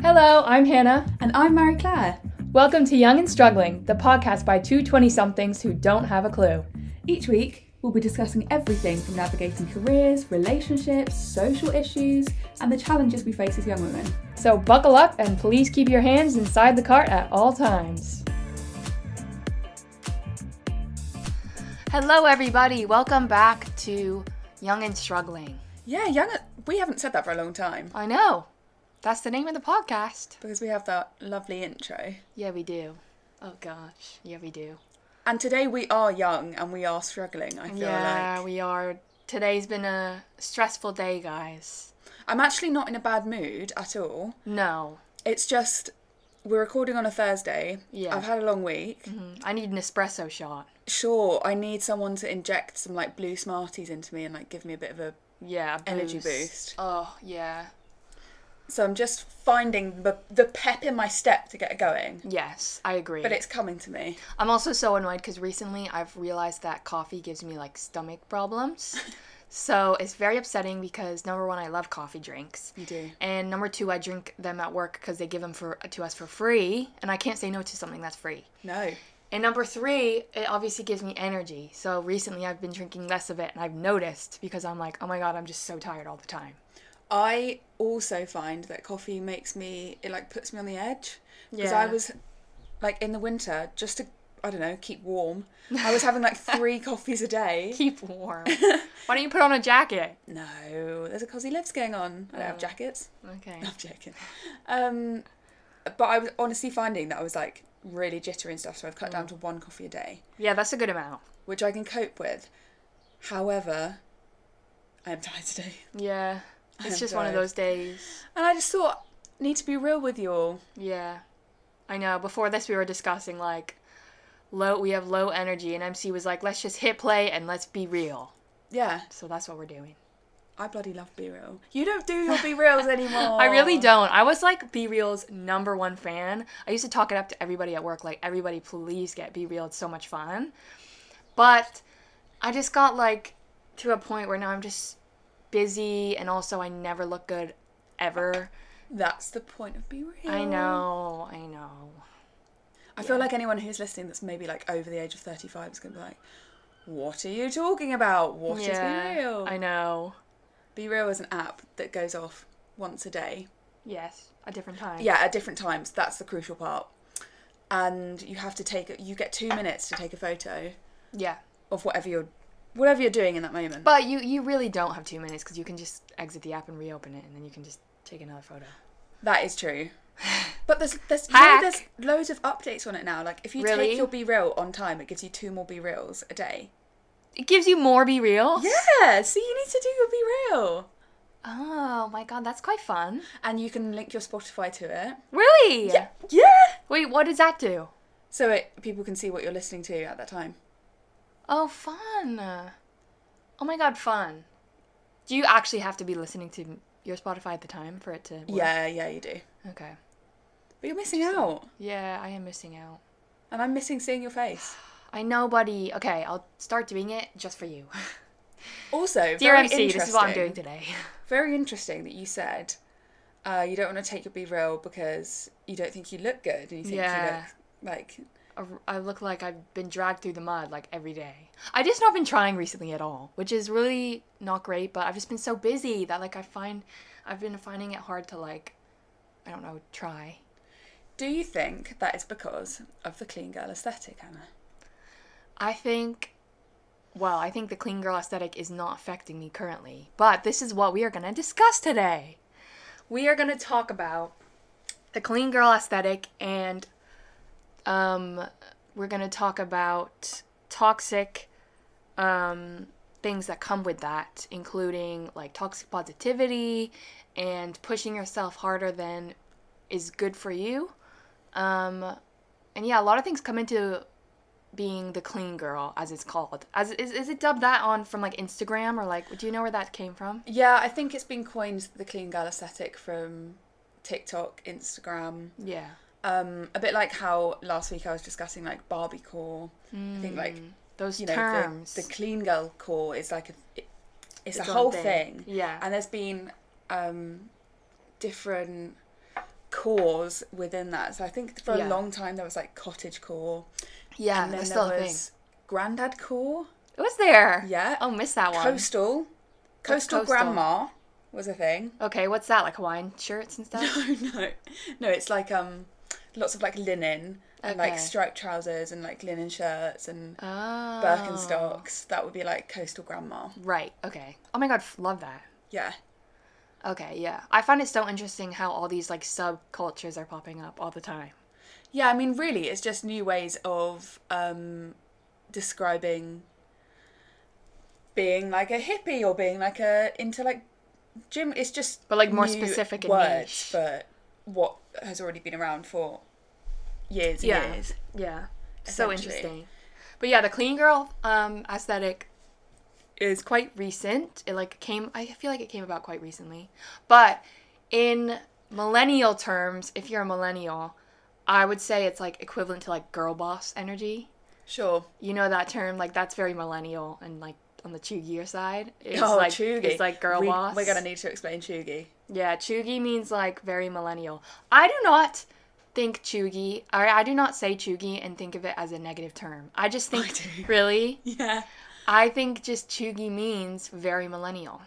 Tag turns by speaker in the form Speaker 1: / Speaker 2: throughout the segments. Speaker 1: Hello, I'm Hannah.
Speaker 2: And I'm Mary Claire.
Speaker 1: Welcome to Young and Struggling, the podcast by two 20 somethings who don't have a clue.
Speaker 2: Each week, we'll be discussing everything from navigating careers, relationships, social issues, and the challenges we face as young women.
Speaker 1: So buckle up and please keep your hands inside the cart at all times. Hello, everybody. Welcome back to Young and Struggling.
Speaker 3: Yeah, young. We haven't said that for a long time
Speaker 1: I know. That's the name of the podcast.
Speaker 3: because we have that lovely intro.
Speaker 1: Yeah, we do. Oh, gosh. Yeah, we do.
Speaker 3: And today we are young and we are struggling. I feel
Speaker 1: yeah,
Speaker 3: like
Speaker 1: we are. Today's been a stressful day, guys.
Speaker 3: I'm actually not in a bad mood at all.
Speaker 1: No.
Speaker 3: It's just we're recording on a Thursday.
Speaker 1: Yeah.
Speaker 3: I've had a long week.
Speaker 1: Mm, I need an espresso shot.
Speaker 3: Sure, I need someone to inject some like blue smarties into me and like give me a bit of a.
Speaker 1: Yeah, boost.
Speaker 3: Energy boost.
Speaker 1: Oh, yeah.
Speaker 3: So I'm just finding the the pep in my step to get going.
Speaker 1: Yes, I agree.
Speaker 3: But it's coming to me.
Speaker 1: I'm also so annoyed because recently I've realized that coffee gives me like stomach problems. so it's very upsetting because number one, I love coffee drinks.
Speaker 3: You do.
Speaker 1: And number two, I drink them at work because they give them for to us for free, and I can't say no to something that's free.
Speaker 3: No.
Speaker 1: And number three, it obviously gives me energy. So recently, I've been drinking less of it, and I've noticed because I'm like, oh my god, I'm just so tired all the time.
Speaker 3: I also find that coffee makes me it like puts me on the edge because
Speaker 1: Yeah.
Speaker 3: I was like in the winter just to I don't know keep warm. I was having like three coffees a day.
Speaker 1: Keep warm. Why don't you put on a jacket?
Speaker 3: No, there's a cozy lives going on. I don't have jackets.
Speaker 1: Okay.
Speaker 3: I'm joking. Um, but I was honestly finding that I was like really jittery and stuff, so I've cut down to one coffee a day,
Speaker 1: Yeah, that's a good amount.
Speaker 3: which I can cope with. However, I am tired today,
Speaker 1: Yeah. It's
Speaker 3: am
Speaker 1: just one of
Speaker 3: tired.
Speaker 1: those days.
Speaker 3: and I just thought need to be real with you all.
Speaker 1: Yeah. I know. Before this we were discussing like low we have low energy and MC was like, let's just hit play and let's be real.
Speaker 3: Yeah,
Speaker 1: So that's what we're doing.
Speaker 3: I bloody love Be Real. You don't do your Be Reals anymore.
Speaker 1: I really don't. I was like Be Real's number one fan. I used to talk it up to everybody at work, like, everybody please get Be Real, it's so much fun. But I just got like to a point where now I'm just busy and also I never look good ever.
Speaker 3: That's the point of Be Real.
Speaker 1: I know, I know.
Speaker 3: I feel like anyone who's listening that's maybe like over the age of 35 is going to be like, what are you talking about? What is Be Real?
Speaker 1: I know.
Speaker 3: Be Real is an app that goes off once a day.
Speaker 1: Yes, a different time.
Speaker 3: Yeah, at different times. That's the crucial part. And you have to take, you get two minutes to take a photo
Speaker 1: Yeah.
Speaker 3: of whatever you're, whatever you're doing in that moment.
Speaker 1: But you you really don't have two minutes because you can just exit the app and reopen it, and then you can just take another photo.
Speaker 3: That is true. But there's there's, you know,
Speaker 1: Hack.
Speaker 3: there's loads of updates on it now. Like if you
Speaker 1: Really?
Speaker 3: take your B reel on time, it gives you two more B reels a day.
Speaker 1: It gives you more be real.
Speaker 3: Yeah, so you need to do your B reel,
Speaker 1: Oh my god, that's quite fun.
Speaker 3: and you can link your Spotify to it.
Speaker 1: Really?
Speaker 3: yeah.
Speaker 1: Wait, what does that do?
Speaker 3: So it, people can see what you're listening to at that time.
Speaker 1: Oh, fun. Oh my god, fun. Do you actually have to be listening to your Spotify at the time for it to? Work?
Speaker 3: Yeah, yeah, you do.
Speaker 1: Okay.
Speaker 3: But you're missing out,
Speaker 1: Yeah, I am missing out.
Speaker 3: and I'm missing seeing your face.
Speaker 1: I know, buddy. Okay, I'll start doing it just for you.
Speaker 3: Also,
Speaker 1: Dear
Speaker 3: very
Speaker 1: MC, this is what I'm
Speaker 3: interesting-
Speaker 1: doing today.
Speaker 3: Very interesting that you said uh, you don't want to take your B reel because you don't think you look good, and you think
Speaker 1: Yeah.
Speaker 3: you look like
Speaker 1: a- I look like I've been dragged through the mud like every day. I just not been trying recently at all, which is really not great. But I've just been so busy that like I find I've been finding it hard to like I don't know try.
Speaker 3: Do you think that is because of the clean girl aesthetic, Anna?
Speaker 1: I think well, I think the clean girl aesthetic is not affecting me currently. But this is what we are going to discuss today. We are going to talk about the clean girl aesthetic and um we're going to talk about toxic um things that come with that, including like toxic positivity and pushing yourself harder than is good for you. Um and yeah, a lot of things come into being the clean girl, as it's called. As is, is it dubbed that on from like Instagram or like? Do you know where that came from?
Speaker 3: Yeah, I think it's been coined the clean girl aesthetic from TikTok, Instagram.
Speaker 1: Yeah.
Speaker 3: Um, a bit like how last week I was discussing like Barbie core. I think like
Speaker 1: Those
Speaker 3: you know
Speaker 1: terms.
Speaker 3: the, the clean girl core is like a it- it's,
Speaker 1: Its
Speaker 3: a
Speaker 1: own
Speaker 3: whole
Speaker 1: thing.
Speaker 3: thing.
Speaker 1: Yeah.
Speaker 3: And there's been um different cores within that. So I think for
Speaker 1: Yeah.
Speaker 3: a long time there was like cottage core,
Speaker 1: Yeah,
Speaker 3: and then
Speaker 1: that's
Speaker 3: there
Speaker 1: still a thing.
Speaker 3: was grandad core.
Speaker 1: It was there.
Speaker 3: Yeah.
Speaker 1: Oh, miss that one.
Speaker 3: Coastal. Coastal,
Speaker 1: coastal?
Speaker 3: grandma was a thing.
Speaker 1: Okay, what's that? Like Hawaiian shirts and stuff?
Speaker 3: No, no, no. It's like um, lots of like linen and
Speaker 1: Okay.
Speaker 3: like striped trousers and like linen shirts and
Speaker 1: Oh.
Speaker 3: Birkenstocks. That would be like coastal grandma.
Speaker 1: Right, okay. Oh my god, f- love that.
Speaker 3: Yeah,
Speaker 1: Okay, yeah. I find it so interesting how all these like subcultures are popping up all the time.
Speaker 3: yeah. I mean, really, it's just new ways of um, describing being like a hippie or being like a into like gym. It's just
Speaker 1: But, like, more
Speaker 3: new
Speaker 1: specific and niche.
Speaker 3: words for what has already been around for years and
Speaker 1: Yeah.
Speaker 3: years.
Speaker 1: Yeah. So
Speaker 3: Essentially.
Speaker 1: interesting. But yeah, the clean girl um aesthetic
Speaker 3: Is
Speaker 1: is quite recent. It like came I feel like it came about quite recently. But in millennial terms, if you're a millennial, I would say it's like equivalent to like girl boss energy.
Speaker 3: sure.
Speaker 1: You know that term, like that's very millennial and like on the chuggier side. It's
Speaker 3: oh,
Speaker 1: like
Speaker 3: chuggy.
Speaker 1: it's like girl
Speaker 3: we,
Speaker 1: boss.
Speaker 3: We're gonna need to explain chuggy.
Speaker 1: Yeah, chuggy means like very millennial. I do not think chuggy, or I do not say chuggy and think of it as a negative term. I just think,
Speaker 3: do.
Speaker 1: really?
Speaker 3: Yeah.
Speaker 1: I think just chuggy means very millennial.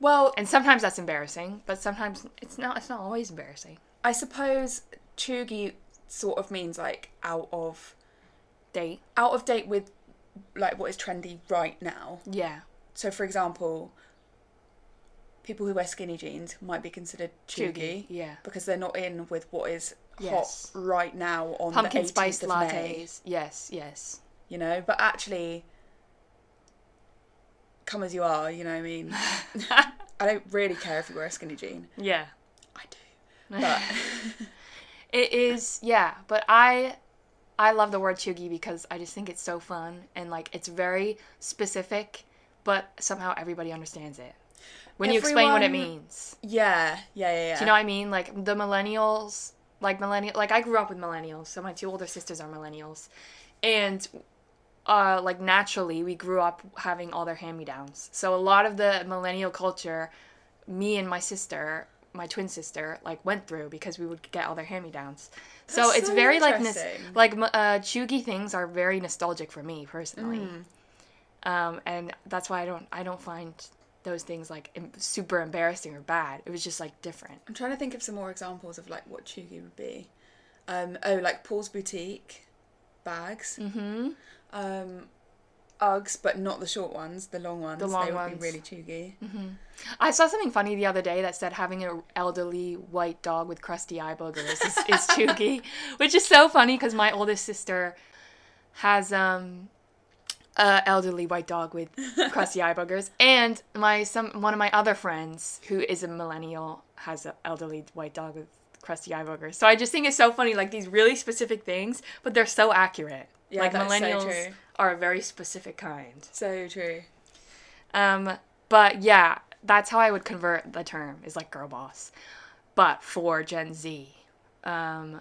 Speaker 3: Well,
Speaker 1: And sometimes that's embarrassing, but sometimes it's not, it's not always embarrassing.
Speaker 3: I suppose chuggy sort of means like out of
Speaker 1: Date?
Speaker 3: out of date with like what is trendy right now.
Speaker 1: Yeah.
Speaker 3: So for example, people who wear skinny jeans might be considered chuggy,
Speaker 1: Chuggy, yeah.
Speaker 3: because they're not in with what is
Speaker 1: Yes.
Speaker 3: hot right now on
Speaker 1: Pumpkin
Speaker 3: the 18th
Speaker 1: spice
Speaker 3: of
Speaker 1: lattes.
Speaker 3: May,
Speaker 1: Yes, yes.
Speaker 3: you know, but actually come as you are, you know what I mean? I don't really care if you wear a skinny jean.
Speaker 1: yeah.
Speaker 3: I do. But
Speaker 1: It is, yeah, but I I love the word chuggy because I just think it's so fun and like it's very specific, but somehow everybody understands it. When you explain what it
Speaker 3: Everyone-
Speaker 1: means.
Speaker 3: yeah, yeah, yeah, yeah.
Speaker 1: Do you know what I mean? Like the millennials, like millennial like I grew up with millennials, so my two older sisters are millennials. And uh like naturally we grew up having all their hand-me-downs. So a lot of the millennial culture me and my sister, my twin sister, like went through because we would get all their hand-me-downs. So
Speaker 3: That's
Speaker 1: it's
Speaker 3: so
Speaker 1: very like nos-
Speaker 3: interesting.
Speaker 1: like m- uh, chuggy things are very nostalgic for me personally,
Speaker 3: Mm.
Speaker 1: um, and that's why I don't I don't find those things like em- super embarrassing or bad. It was just like different.
Speaker 3: I'm trying to think of some more examples of like what chuggy would be. Um, oh, like Paul's Boutique bags. Mm-hmm. Um, Uggs, but not the short ones, the long ones.
Speaker 1: long
Speaker 3: they would
Speaker 1: ones.
Speaker 3: be really chuggy.
Speaker 1: I saw something funny the other day that said having an elderly white dog with crusty eye boogers is, is chuggy, which is so funny because my oldest sister has um a elderly white dog with crusty eye boogers, and my some one of my other friends who is a millennial has an elderly white dog with crusty eye boogers. So I just think it's so funny, like these really specific things, but they're so accurate.
Speaker 3: Yeah,
Speaker 1: like
Speaker 3: that is so
Speaker 1: millennials
Speaker 3: true.
Speaker 1: are a very specific kind.
Speaker 3: So true.
Speaker 1: Um, but yeah, that's how I would convert the term is like girl boss, but for Gen Z. Um,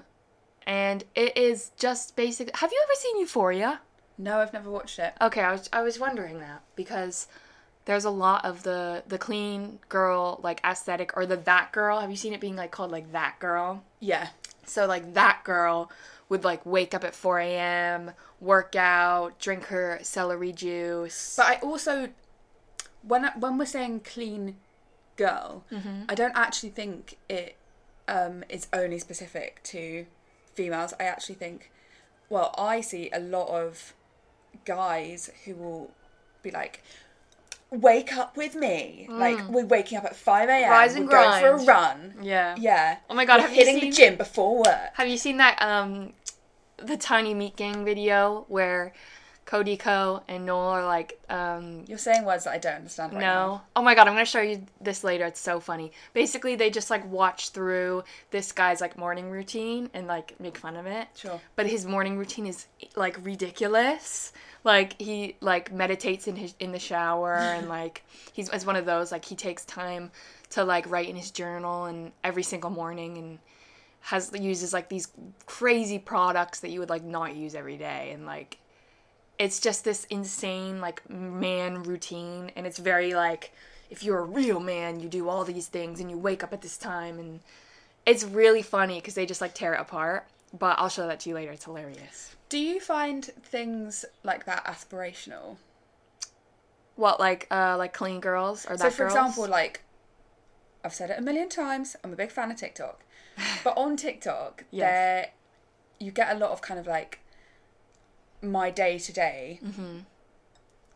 Speaker 1: and it is just basic. Have you ever seen Euphoria?
Speaker 3: No, I've never watched it.
Speaker 1: Okay, I was I was wondering that because there's a lot of the the clean girl like aesthetic or the that girl. Have you seen it being like called like that girl?
Speaker 3: Yeah.
Speaker 1: So like that girl would like wake up at 4 a.m., work out, drink her celery juice.
Speaker 3: But I also, when I, when we're saying clean girl,
Speaker 1: Mm-hmm.
Speaker 3: I don't actually think it um, is only specific to females. I actually think, well, I see a lot of guys who will be like, "Wake up with me!" Like we're waking up at five a.m.
Speaker 1: Mm. Rise and
Speaker 3: we're going for
Speaker 1: grind.
Speaker 3: a run.
Speaker 1: yeah.
Speaker 3: Yeah.
Speaker 1: Oh my God,
Speaker 3: We're
Speaker 1: have you
Speaker 3: hitting the
Speaker 1: seen-
Speaker 3: gym before work.
Speaker 1: Have you seen that um the Tiny Meat Gang video where Cody Co and Noel are like um
Speaker 3: You're saying words that I don't understand. Right now.
Speaker 1: no. Oh my god, I'm gonna show you this later. It's so funny. Basically, they just like watch through this guy's like morning routine and like make fun of it.
Speaker 3: Sure.
Speaker 1: But his morning routine is like ridiculous. Like he like meditates in his in the shower and like he's as one of those like he takes time to like write in his journal and every single morning and has uses like these crazy products that you would like not use every day and like it's just this insane like man routine and it's very like if you're a real man you do all these things and you wake up at this time and It's really funny because they just like tear it apart. But I'll show that to you later. It's hilarious.
Speaker 3: Do you find things like that aspirational?
Speaker 1: What like uh like clean girls or that
Speaker 3: So, for
Speaker 1: girls?
Speaker 3: example, like I've said it a million times, I'm a big fan of TikTok, but on TikTok,
Speaker 1: Yes.
Speaker 3: there you get a lot of kind of like my day to day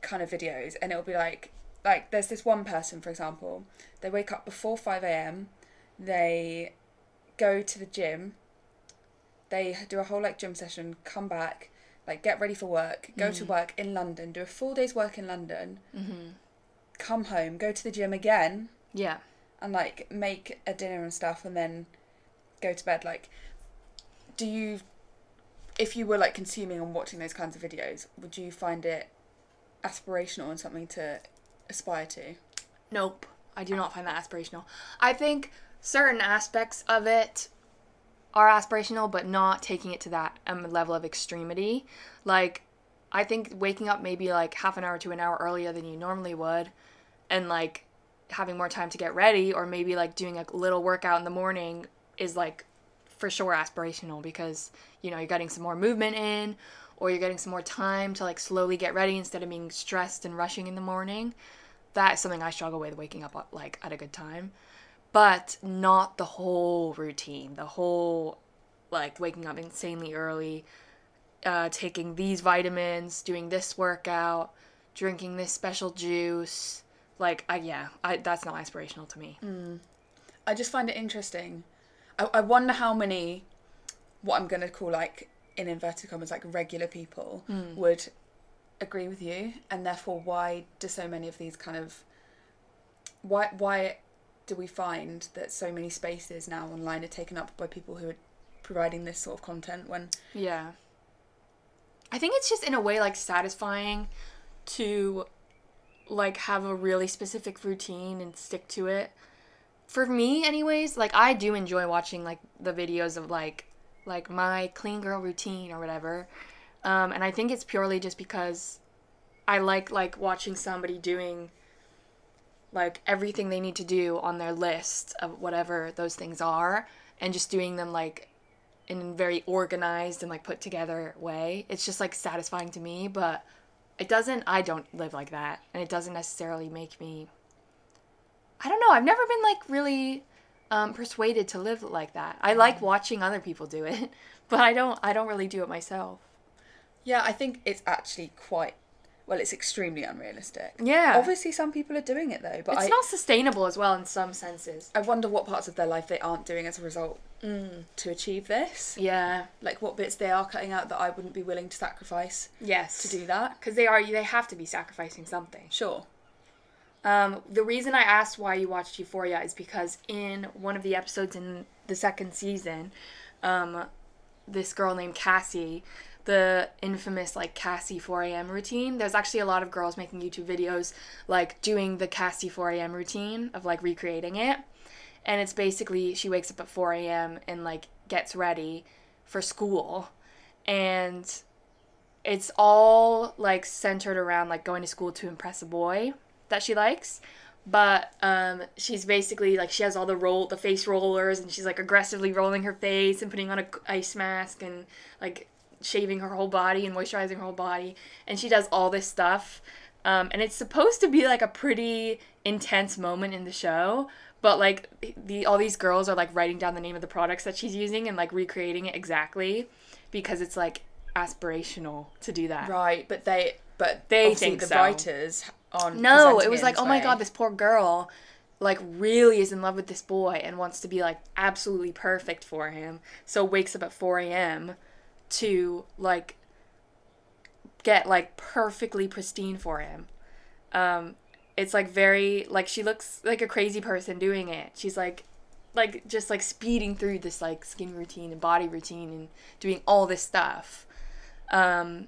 Speaker 3: kind of videos, and it'll be like like there's this one person, for example, they wake up before five a.m., they go to the gym, they do a whole like gym session, come back. Like get ready for work, go to work in London, do a full day's work in London, come home, go to the gym again,
Speaker 1: yeah,
Speaker 3: and like make a dinner and stuff, and then go to bed. Like, do you, if you were like consuming and watching those kinds of videos, would you find it aspirational and something to aspire to?
Speaker 1: nope. I do not find that aspirational. I think certain aspects of it are aspirational, but not taking it to that um, level of extremity. Like, I think waking up maybe like half an hour to an hour earlier than you normally would, and like having more time to get ready, or maybe like doing a little workout in the morning is like for sure aspirational because you know you're getting some more movement in, or you're getting some more time to like slowly get ready instead of being stressed and rushing in the morning. That is something I struggle with waking up like at a good time but not the whole routine, the whole like waking up insanely early, uh, taking these vitamins, doing this workout, drinking this special juice. Like, I, yeah, I, that's not aspirational to me.
Speaker 3: I just find it interesting. I, I wonder how many, what I'm going to call like, in inverted commas, like regular people
Speaker 1: Hmm.
Speaker 3: would agree with you, and therefore why do so many of these kind of, why why do we find that so many spaces now online are taken up by people who are providing this sort of content when
Speaker 1: Yeah. I think it's just in a way like satisfying to like have a really specific routine and stick to it. For me anyways, like I do enjoy watching like the videos of like like my clean girl routine or whatever. Um and I think it's purely just because I like like watching somebody doing like everything they need to do on their list of whatever those things are and just doing them like in a very organized and like put together way. It's just like satisfying to me, but it doesn't I don't live like that and it doesn't necessarily make me I don't know. I've never been like really um, persuaded to live like that. I like watching other people do it, but I don't I don't really do it myself.
Speaker 3: Yeah, I think it's actually quite well, it's extremely unrealistic.
Speaker 1: Yeah.
Speaker 3: Obviously some people are doing it though, but
Speaker 1: It's
Speaker 3: I,
Speaker 1: not sustainable as well in some senses.
Speaker 3: I wonder what parts of their life they aren't doing as a result mm, to achieve this.
Speaker 1: Yeah.
Speaker 3: Like what bits they are cutting out that I wouldn't be willing to sacrifice
Speaker 1: Yes.
Speaker 3: to do that.
Speaker 1: because they are they have to be sacrificing something.
Speaker 3: Sure.
Speaker 1: Um, the reason I asked why you watched Euphoria is because in one of the episodes in the second season, um, this girl named Cassie, the infamous like Cassie 4 a.m. routine, there's actually a lot of girls making YouTube videos like doing the Cassie 4 a.m. routine of like recreating it. And it's basically she wakes up at 4 a.m. and like gets ready for school. And it's all like centered around like going to school to impress a boy that she likes but um she's basically like she has all the roll the face rollers and she's like aggressively rolling her face and putting on a ice mask and like shaving her whole body and moisturizing her whole body and she does all this stuff um, and it's supposed to be like a pretty intense moment in the show but like the all these girls are like writing down the name of the products that she's using and like recreating it exactly because it's like aspirational to do that
Speaker 3: Right, but they but
Speaker 1: They
Speaker 3: obviously
Speaker 1: think
Speaker 3: the
Speaker 1: so.
Speaker 3: writers aren't
Speaker 1: no
Speaker 3: presenting
Speaker 1: it was
Speaker 3: in
Speaker 1: like
Speaker 3: this
Speaker 1: oh my
Speaker 3: way.
Speaker 1: god this poor girl like really is in love with this boy and wants to be like absolutely perfect for him so wakes up at 4 a.m to like get like perfectly pristine for him um it's like very like she looks like a crazy person doing it she's like like just like speeding through this like skin routine and body routine and doing all this stuff um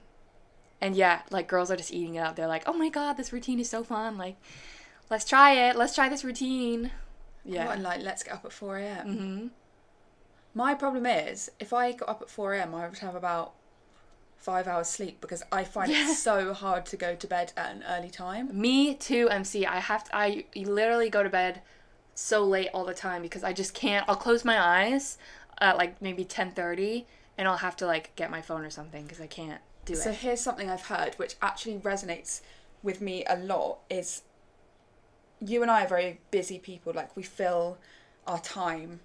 Speaker 1: and yeah like girls are just eating it up they're like oh my god this routine is so fun like let's try it let's try this routine yeah
Speaker 3: What, and like let's get up at four AM. Mm-hmm. My problem is if I got up at four AM I would have about five hours sleep because I find
Speaker 1: Yeah.
Speaker 3: it so hard to go to bed at an early time.
Speaker 1: me too mc i have to i literally go to bed so late all the time because I just can't. I'll close my eyes at like maybe 10:30 and I'll have to like get my phone or something because I can't do
Speaker 3: So
Speaker 1: it.
Speaker 3: here's something I've heard which actually resonates with me a lot is you and I are very busy people like we fill our time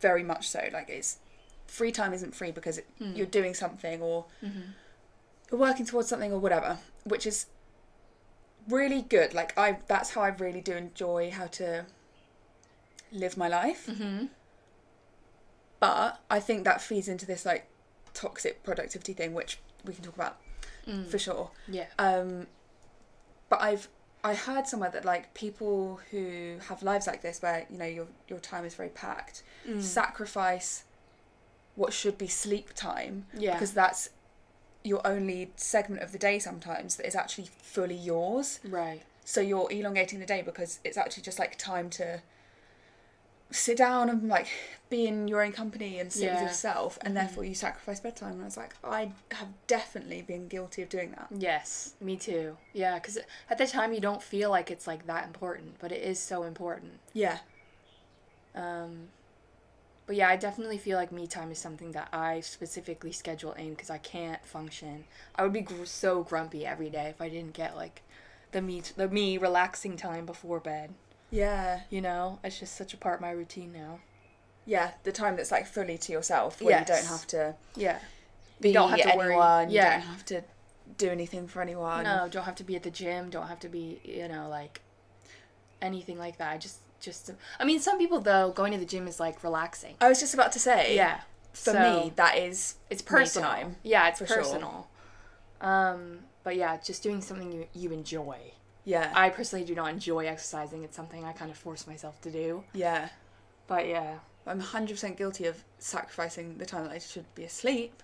Speaker 3: very much so like it's free time isn't free because it,
Speaker 1: Hmm.
Speaker 3: you're doing something or
Speaker 1: Mm-hmm.
Speaker 3: you're working towards something or whatever which is really good like I that's how I really do enjoy how to live my life but I think that feeds into this like toxic productivity thing, which we can talk about for sure.
Speaker 1: Yeah.
Speaker 3: Um, but I've I heard somewhere that like people who have lives like this, where you know your your time is very packed, sacrifice what should be sleep time
Speaker 1: Yeah.
Speaker 3: because that's your only segment of the day sometimes that is actually fully yours.
Speaker 1: Right.
Speaker 3: So you're elongating the day because it's actually just like time to sit down and like be in your own company and sit
Speaker 1: Yeah.
Speaker 3: with yourself, and therefore you sacrifice bedtime. And I was like, I have definitely been guilty of doing that.
Speaker 1: Yes, me too. Yeah, because at the time you don't feel like it's like that important, but it is so important.
Speaker 3: Yeah,
Speaker 1: Um, but yeah, I definitely feel like me time is something that I specifically schedule in because I can't function. I would be gr- so grumpy every day if I didn't get like the me t- the me relaxing time before bed.
Speaker 3: yeah,
Speaker 1: You know, it's just such a part of my routine now.
Speaker 3: yeah. The time that's like fully to yourself, where you don't
Speaker 1: Yes.
Speaker 3: have to
Speaker 1: Yeah.
Speaker 3: be
Speaker 1: don't have to worry.
Speaker 3: anyone.
Speaker 1: Yeah.
Speaker 3: You don't have to do anything for anyone.
Speaker 1: No, don't have to be at the gym. Don't have to be, you know, like anything like that. I just, just. I mean, some people though, going to the gym is like relaxing.
Speaker 3: I was just about to say,
Speaker 1: Yeah.
Speaker 3: For
Speaker 1: so-
Speaker 3: me, that is
Speaker 1: it's
Speaker 3: me
Speaker 1: personal.
Speaker 3: time.
Speaker 1: yeah, it's
Speaker 3: for sure.
Speaker 1: personal. Um, but yeah, just doing something you you enjoy.
Speaker 3: Yeah,
Speaker 1: I personally do not enjoy exercising. It's something I kind of force myself to do.
Speaker 3: yeah.
Speaker 1: But yeah,
Speaker 3: I'm 100% guilty of sacrificing the time that I should be asleep.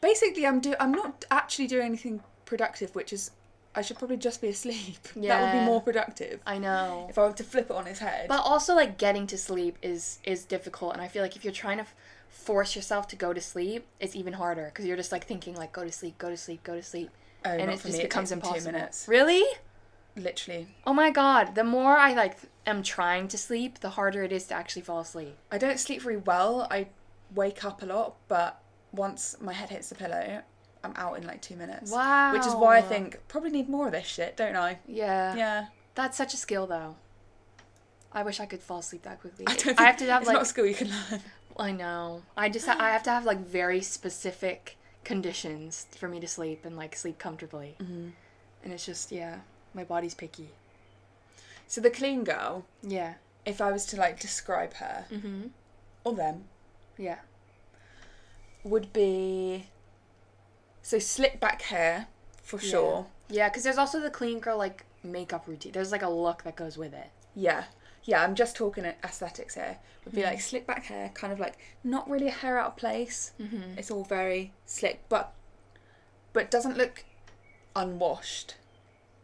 Speaker 3: Basically, I'm do I'm not actually doing anything productive, which is I should probably just be asleep. That would
Speaker 1: Yeah.
Speaker 3: be more productive
Speaker 1: I know.
Speaker 3: if I were to flip it on its head.
Speaker 1: But also like getting to sleep is is difficult, and I feel like if you're trying to f- force yourself to go to sleep, it's even harder because you're just like thinking like go to sleep, go to sleep, go to sleep,
Speaker 3: Oh,
Speaker 1: and
Speaker 3: not
Speaker 1: it
Speaker 3: for
Speaker 1: just
Speaker 3: me. It
Speaker 1: becomes
Speaker 3: takes me two
Speaker 1: impossible.
Speaker 3: minutes.
Speaker 1: Really?
Speaker 3: Literally,
Speaker 1: Oh my god! The more I like am trying to sleep, the harder it is to actually fall asleep.
Speaker 3: I don't sleep very well. I wake up a lot, but once my head hits the pillow, I'm out in like two minutes. Which is why I
Speaker 1: Wow.
Speaker 3: think probably need more of this shit, don't I? Yeah.
Speaker 1: That's such a skill, though. I wish I could fall asleep that quickly.
Speaker 3: I
Speaker 1: I,
Speaker 3: don't. Think
Speaker 1: have to have
Speaker 3: it's
Speaker 1: like
Speaker 3: not a skill you can learn.
Speaker 1: I know. I just ha- I have to have like very specific conditions for me to sleep and like sleep comfortably. Mm-hmm. And it's just yeah, my body's picky.
Speaker 3: So the clean girl.
Speaker 1: Yeah,
Speaker 3: if I was to like describe her or them,
Speaker 1: yeah,
Speaker 3: would be so slick back hair for sure.
Speaker 1: yeah. Because there's also the clean girl like makeup routine. There's like a look that goes with it.
Speaker 3: Yeah, yeah. I'm just talking a- aesthetics here. Would be like slick back hair, kind of like not really a hair out of place. Mm-hmm. It's all very slick, but but doesn't look unwashed.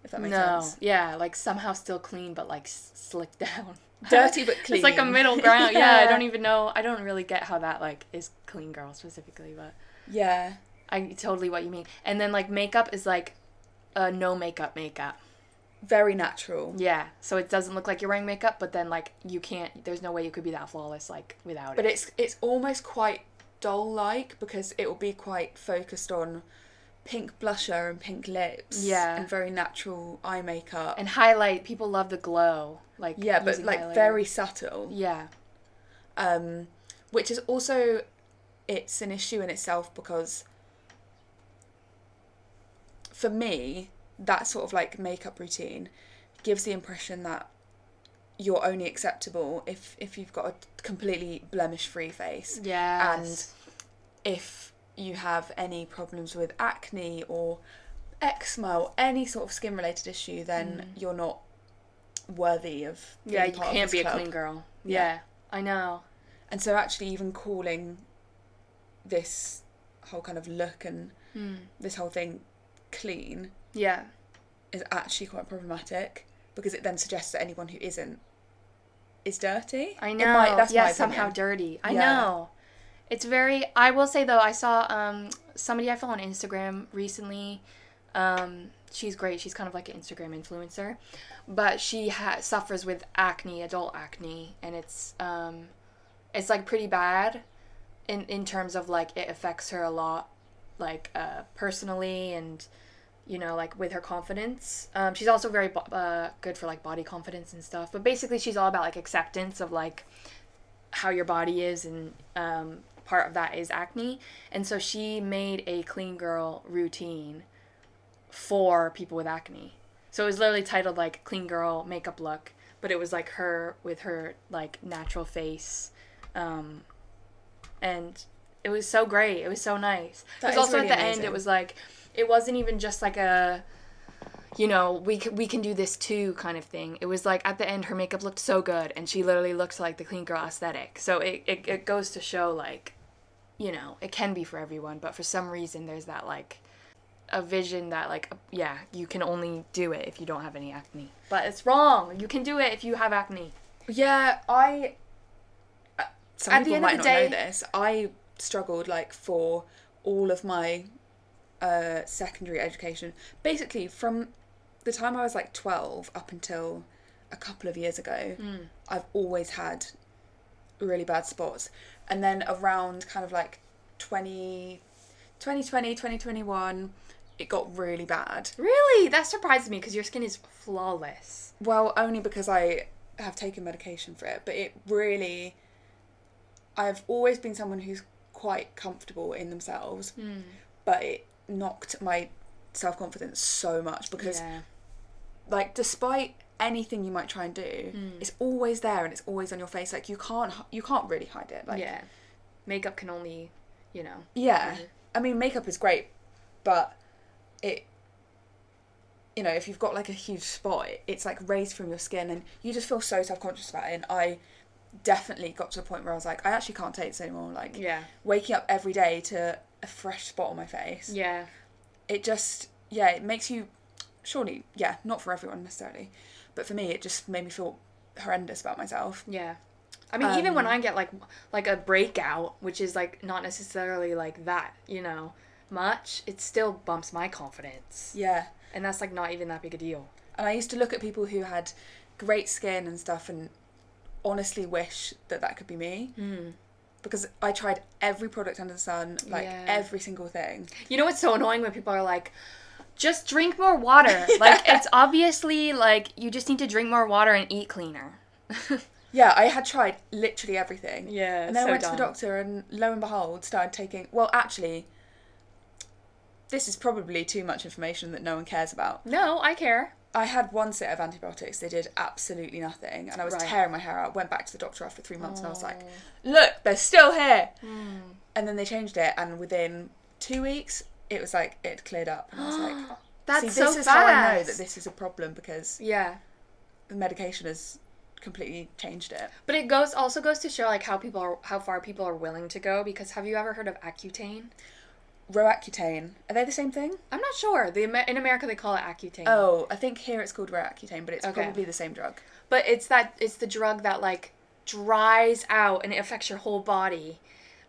Speaker 3: If that makes
Speaker 1: no,
Speaker 3: sense.
Speaker 1: yeah, like somehow still clean but like s- slicked down.
Speaker 3: Dirty but
Speaker 1: It's like a
Speaker 3: clean.
Speaker 1: middle ground. yeah. I
Speaker 3: Yeah.
Speaker 1: don't even know. I don't really get how that like is clean girl specifically, but
Speaker 3: Yeah.
Speaker 1: I totally what you mean. And then like makeup is like uh, no makeup makeup.
Speaker 3: Very natural,
Speaker 1: Yeah. So it doesn't look like you're wearing makeup, but then like you can't. There's no way you could be that flawless like without
Speaker 3: but
Speaker 1: it.
Speaker 3: it's it's almost quite doll like because it will be quite focused on pink blusher and pink lips
Speaker 1: Yeah.
Speaker 3: and very natural eye makeup
Speaker 1: And highlight. People love the glow. Like
Speaker 3: yeah but
Speaker 1: using
Speaker 3: like
Speaker 1: highlighter.
Speaker 3: very subtle
Speaker 1: Yeah.
Speaker 3: um which is also it's an issue in itself because for me that sort of like makeup routine gives the impression that you're only acceptable if if you've got a completely blemish free face
Speaker 1: Yeah.
Speaker 3: if you have any problems with acne or eczema or any sort of skin related issue, then you're not worthy of being
Speaker 1: Mm. yeah, you
Speaker 3: part of
Speaker 1: can't
Speaker 3: this
Speaker 1: be
Speaker 3: club.
Speaker 1: a clean girl.
Speaker 3: Yeah.
Speaker 1: yeah. I know.
Speaker 3: And so, actually, even calling this whole kind of look and this whole thing clean
Speaker 1: Yeah.
Speaker 3: is actually quite problematic because it then suggests that anyone who isn't is dirty.
Speaker 1: I
Speaker 3: It
Speaker 1: know.
Speaker 3: might- that's
Speaker 1: yeah,
Speaker 3: my
Speaker 1: somehow
Speaker 3: opinion.
Speaker 1: dirty. I
Speaker 3: Yeah.
Speaker 1: know. It's very. I will say though, I saw um, somebody I follow on Instagram recently. Um, she's great. She's kind of like an Instagram influencer, but she ha- suffers with acne, adult acne, and it's um, it's like pretty bad, in in terms of like it affects her a lot, like uh, personally and you know like with her confidence. Um, she's also very bo- uh, good for like body confidence and stuff. But basically, she's all about like acceptance of like how your body is and um, part of that is acne and so she made a clean girl routine for people with acne so it was literally titled like clean girl makeup look but it was like her with her like natural face um, and it was so great it was so nice
Speaker 3: That
Speaker 1: it was
Speaker 3: is
Speaker 1: also
Speaker 3: really
Speaker 1: at the end
Speaker 3: amazing.
Speaker 1: it was like it wasn't even just like a you know, we can, we can do this too kind of thing. It was like at the end, her makeup looked so good, and she literally looked like the clean girl aesthetic. So it, it, it goes to show, like, you know, it can be for everyone, but for some reason, there's that, like, a vision that, like, yeah, you can only do it if you don't have any acne. But it's wrong. You can do it if you have acne.
Speaker 3: Yeah, I. Some
Speaker 1: uh, At the
Speaker 3: people
Speaker 1: end of
Speaker 3: might
Speaker 1: the
Speaker 3: not
Speaker 1: day-
Speaker 3: know this. I struggled like for all of my uh, secondary education, basically from the time I was like twelve up until a couple of years ago.
Speaker 1: Hmm.
Speaker 3: I've always had really bad spots, and then around kind of like 20, 2020, 2021, it got really bad.
Speaker 1: Really? That surprised me because your skin is flawless.
Speaker 3: Well, only because I have taken medication for it, but it really. I've always been someone who's quite comfortable in themselves, but it knocked my self confidence so much because,
Speaker 1: Yeah.
Speaker 3: like, despite anything you might try and do, it's always there and it's always on your face. Like, you can't h- you can't really hide it. Like,
Speaker 1: yeah. Makeup can only, you know.
Speaker 3: yeah. I mean, makeup is great, but it, you know, if you've got like a huge spot, it's like raised from your skin and you just feel so self conscious about it. And I definitely got to a point where I was like, I actually can't take this anymore. Like,
Speaker 1: Yeah.
Speaker 3: waking up every day to a fresh spot on my face,
Speaker 1: Yeah.
Speaker 3: it just, yeah, it makes you, surely, yeah, not for everyone necessarily, but for me, it just made me feel horrendous about myself.
Speaker 1: Yeah. I mean, even when I get like like a breakout, which is like not necessarily like that, you know, much, it still bumps my confidence.
Speaker 3: Yeah.
Speaker 1: And that's like not even that big a deal.
Speaker 3: And I used to look at people who had great skin and stuff and honestly wish that that could be me. Mm.
Speaker 1: Hmm.
Speaker 3: Because I tried every product under the sun, like
Speaker 1: Yeah.
Speaker 3: every single thing.
Speaker 1: You know what's so annoying when people are like just drink more water. Like it's obviously like you just need to drink more water and eat cleaner.
Speaker 3: Yeah, I had tried literally everything.
Speaker 1: Yeah,
Speaker 3: And then
Speaker 1: so
Speaker 3: I went to the
Speaker 1: dumb.
Speaker 3: doctor and lo and behold started taking well actually this is probably too much information that no one cares about.
Speaker 1: No, I care.
Speaker 3: I had one set of antibiotics. They did absolutely nothing, and I was
Speaker 1: Right.
Speaker 3: tearing my hair out. Went back to the doctor after three months, and I was like, "Look, they're still here." And then they changed it, and within two weeks, it was like it had cleared up. And I was like,
Speaker 1: That's
Speaker 3: "See,
Speaker 1: so
Speaker 3: this is
Speaker 1: fast.
Speaker 3: how I know that this is a problem because
Speaker 1: Yeah.
Speaker 3: the medication has completely changed it."
Speaker 1: But it goes also goes to show like how people are how far people are willing to go because have you ever heard of Accutane?
Speaker 3: Roaccutane. Are they the same thing?
Speaker 1: I'm not sure. The Amer- in America they call it Accutane.
Speaker 3: Oh, I think here it's called Roaccutane, but it's
Speaker 1: Okay.
Speaker 3: probably the same drug.
Speaker 1: But it's that it's the drug that like dries out and it affects your whole body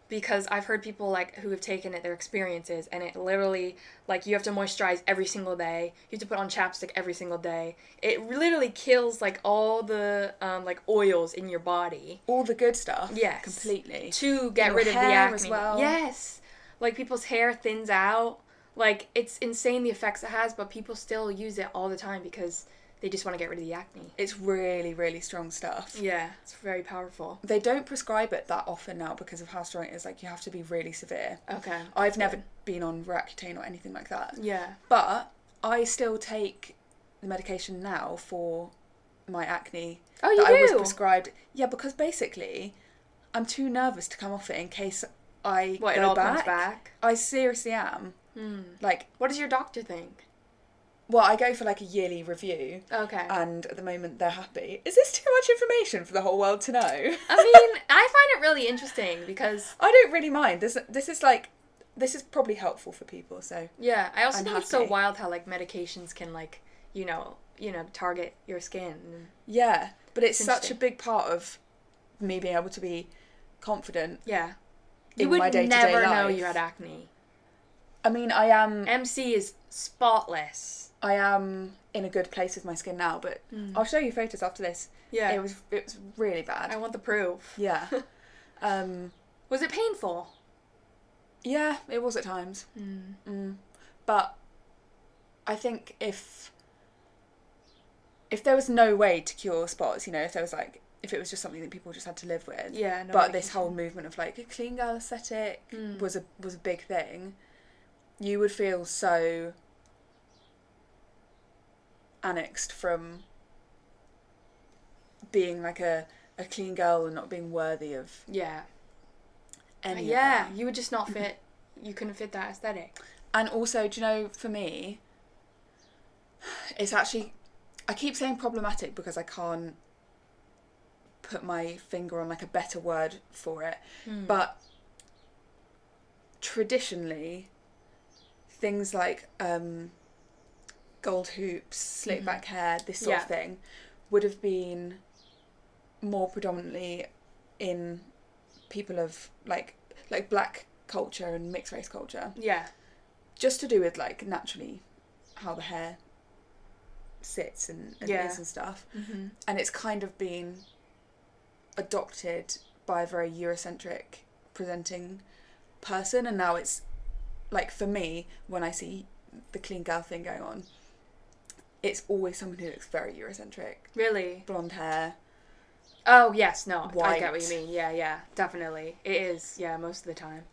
Speaker 1: because I've heard people like who have taken it their experiences and it literally like you have to moisturize every single day. You have to put on chapstick every single day. It literally kills like all the um, like oils in your body
Speaker 3: All the good stuff.
Speaker 1: Yes.
Speaker 3: Completely.
Speaker 1: to get
Speaker 3: Your
Speaker 1: rid of the
Speaker 3: hair
Speaker 1: acne.
Speaker 3: as well.
Speaker 1: Yes. Like people's hair thins out. Like it's insane the effects it has, but people still use it all the time because they just want to get rid of the acne.
Speaker 3: It's really, really strong stuff.
Speaker 1: Yeah, it's very powerful.
Speaker 3: they don't prescribe it that often now because of how strong it is. Like you have to be really severe. Um,
Speaker 1: Okay.
Speaker 3: I've never been on Roaccutane or anything like that.
Speaker 1: Yeah.
Speaker 3: But I still take the medication now for my acne
Speaker 1: Oh, you
Speaker 3: that I was
Speaker 1: do?
Speaker 3: prescribed. Yeah, because basically, I'm too nervous to come off it in case I
Speaker 1: What, it
Speaker 3: go
Speaker 1: all
Speaker 3: back.
Speaker 1: comes back? Hmm.
Speaker 3: I seriously am. Like,
Speaker 1: What does your doctor think?
Speaker 3: well, I go for like a yearly review.
Speaker 1: Okay.
Speaker 3: And at the moment, they're happy. Is this too much information for the whole world to know?
Speaker 1: I mean, I find it really interesting because
Speaker 3: I don't really mind. This this is like this is probably helpful for people. So
Speaker 1: yeah, I also
Speaker 3: I'm
Speaker 1: think it's so
Speaker 3: happy.
Speaker 1: wild how like medications can like, you know, you know, target your skin.
Speaker 3: yeah, but it's such a
Speaker 1: Interesting.
Speaker 3: big part of me being able to be confident
Speaker 1: Yeah.
Speaker 3: in
Speaker 1: you would
Speaker 3: my day to day
Speaker 1: never
Speaker 3: life.
Speaker 1: know you had acne.
Speaker 3: I mean, I am
Speaker 1: MC is spotless.
Speaker 3: I am in a good place with my skin now, but I'll show you photos after this.
Speaker 1: Mm. Yeah. Oh.
Speaker 3: It was it was really bad.
Speaker 1: I want the proof.
Speaker 3: yeah. um
Speaker 1: Was it painful?
Speaker 3: yeah, it was at times. Mm. But I think if if there was no way to cure spots, you know, if there was like if it was just something that people just had to live with.
Speaker 1: Yeah, no
Speaker 3: but this
Speaker 1: medication.
Speaker 3: whole movement of like a clean girl aesthetic was a was a big thing. You would feel so annexed from being like a, a clean girl and not being worthy of
Speaker 1: Yeah.
Speaker 3: any of
Speaker 1: yeah,
Speaker 3: that.
Speaker 1: you would just not fit. You couldn't fit that aesthetic.
Speaker 3: And also, do you know, for me, it's actually, I keep saying problematic because I can't put my finger on like a better word for it. But traditionally, things like um, gold hoops, slick back hair, this sort
Speaker 1: Yeah.
Speaker 3: of thing, would have been more predominantly in people of like like black culture and mixed race culture
Speaker 1: Yeah.
Speaker 3: just to do with like naturally how the hair sits and, and
Speaker 1: Yeah.
Speaker 3: is and stuff.
Speaker 1: Mm-hmm.
Speaker 3: And it's kind of been adopted by a very Eurocentric presenting person. And now it's like for me, when I see the clean girl thing going on, it's always someone who looks very Eurocentric.
Speaker 1: Really?
Speaker 3: Blonde hair.
Speaker 1: Oh yes, no, I get what you
Speaker 3: White.
Speaker 1: mean. Yeah, yeah, definitely. It is. Yeah, most of the time.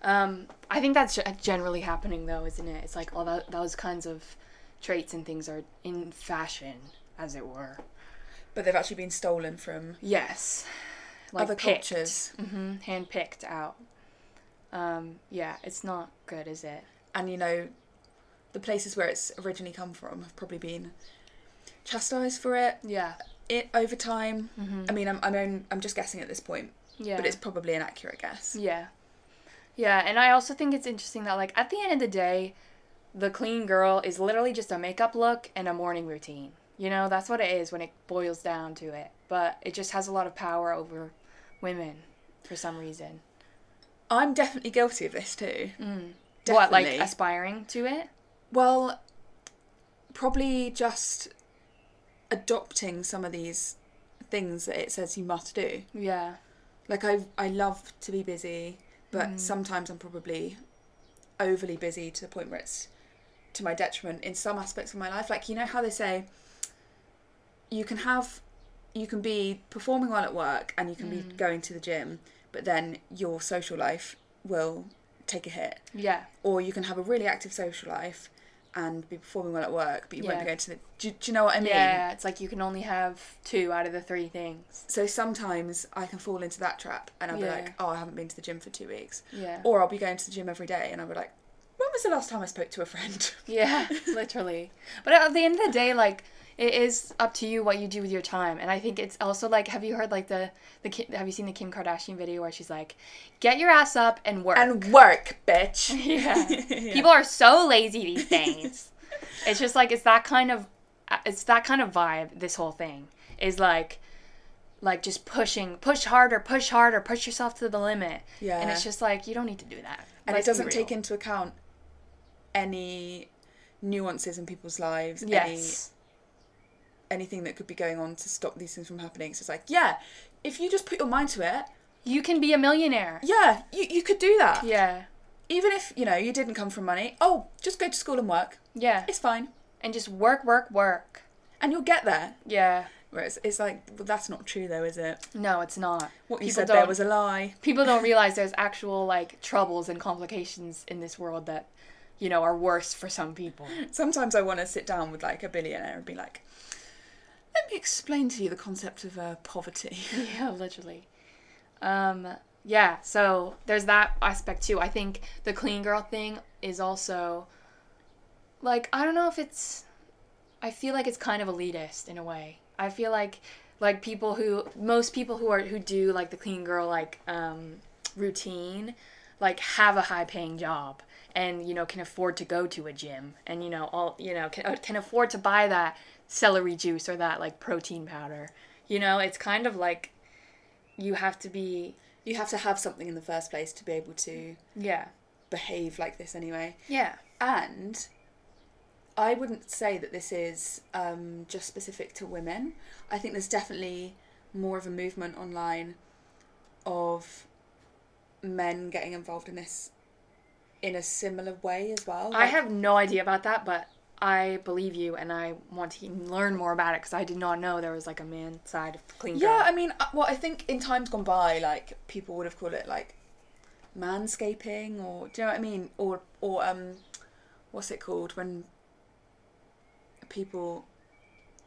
Speaker 1: Um, I think that's ge- generally happening though, isn't it? It's like all tho- those kinds of traits and things are in fashion, as it were.
Speaker 3: But they've actually been stolen from
Speaker 1: Yes, like
Speaker 3: other
Speaker 1: picked,
Speaker 3: cultures.
Speaker 1: mm-hmm, hand picked out. Um, yeah, it's not good, is it?
Speaker 3: and you know the places where it's originally come from have probably been chastised for it
Speaker 1: Yeah,
Speaker 3: it over time i mean i'm I'm, own, I'm just guessing at this point
Speaker 1: Mm-hmm. yeah.
Speaker 3: but it's probably an accurate guess
Speaker 1: Yeah. Yeah, and I also think it's interesting that like at the end of the day, the clean girl is literally just a makeup look and a morning routine. You know, that's what it is when it boils down to it. But it just has a lot of power over women for some reason.
Speaker 3: i'm definitely guilty of this too
Speaker 1: Mm. What, like
Speaker 3: Definitely.
Speaker 1: aspiring to it?
Speaker 3: well probably just adopting some of these things that it says you must do
Speaker 1: Yeah.
Speaker 3: like i i love to be busy but
Speaker 1: Mm.
Speaker 3: sometimes i'm probably overly busy to the point where it's to my detriment in some aspects of my life like you know how they say you can have you can be performing well at work and you can
Speaker 1: Mm.
Speaker 3: be going to the gym but then your social life will take a hit
Speaker 1: Yeah.
Speaker 3: or you can have a really active social life and be performing well at work but you won't
Speaker 1: Yeah.
Speaker 3: be going to the do, do you know what i mean
Speaker 1: Yeah, it's like you can only have two out of the three things.
Speaker 3: so sometimes I can fall into that trap and I'll be
Speaker 1: Yeah.
Speaker 3: like, oh, I haven't been to the gym for two weeks.
Speaker 1: Yeah.
Speaker 3: Or I'll be going to the gym every day and I'll be like, when was the last time I spoke to a friend?
Speaker 1: Yeah, literally. But at the end of the day, like it is up to you what you do with your time. And I think it's also like, have you heard like the the Ki- have you seen the Kim Kardashian video where she's like, get your ass up and work.
Speaker 3: And work, bitch.
Speaker 1: yeah. people are so lazy these days. it's just like it's that kind of it's that kind of vibe. This whole thing is like like just pushing, push harder, push harder, push yourself to the limit.
Speaker 3: Yeah.
Speaker 1: And it's just like you don't need to do that.
Speaker 3: And
Speaker 1: Let's
Speaker 3: it
Speaker 1: be
Speaker 3: doesn't take
Speaker 1: real.
Speaker 3: into account any nuances in people's lives,
Speaker 1: yes.
Speaker 3: any, anything that could be going on to stop these things from happening. So it's like, yeah, if you just put your mind to it,
Speaker 1: You can be a millionaire.
Speaker 3: yeah, you, you could do that.
Speaker 1: Yeah.
Speaker 3: Even if, you know, you didn't come from money, oh, just go to school and work.
Speaker 1: Yeah.
Speaker 3: It's fine.
Speaker 1: and just work, work, work.
Speaker 3: And you'll get there.
Speaker 1: Yeah.
Speaker 3: Whereas it's like, well, that's not true though, is it?
Speaker 1: No, it's not.
Speaker 3: What you
Speaker 1: People
Speaker 3: said there
Speaker 1: don't-
Speaker 3: was a lie.
Speaker 1: People don't realize there's actual like troubles and complications in this world that, you know, are worse for some people.
Speaker 3: Sometimes I want to sit down with like a billionaire and be like, let me explain to you the concept of uh, poverty.
Speaker 1: yeah, literally. Um, yeah, so there's that aspect too. I think the clean girl thing is also like I don't know if it's I feel like it's kind of elitist in a way. I feel like like people who most people who are who do like the clean girl like um routine like have a high paying job and you know can afford to go to a gym and you know all you know can, can afford to buy that celery juice or that like protein powder you know it's kind of like you have to be
Speaker 3: You have to have something in the first place to be able to
Speaker 1: yeah
Speaker 3: behave like this anyway.
Speaker 1: Yeah.
Speaker 3: And I wouldn't say that this is um, just specific to women. I think there's definitely more of a movement online of men getting involved in this in a similar way as well.
Speaker 1: I
Speaker 3: Like,
Speaker 1: have no idea about that, but I believe you, and I want to learn more about it because I did not know there was like a man side of clean girl.
Speaker 3: Yeah, I mean, uh, well, I think in times gone by, like people would have called it like manscaping, or do you know what I mean? Or or um, what's it called when people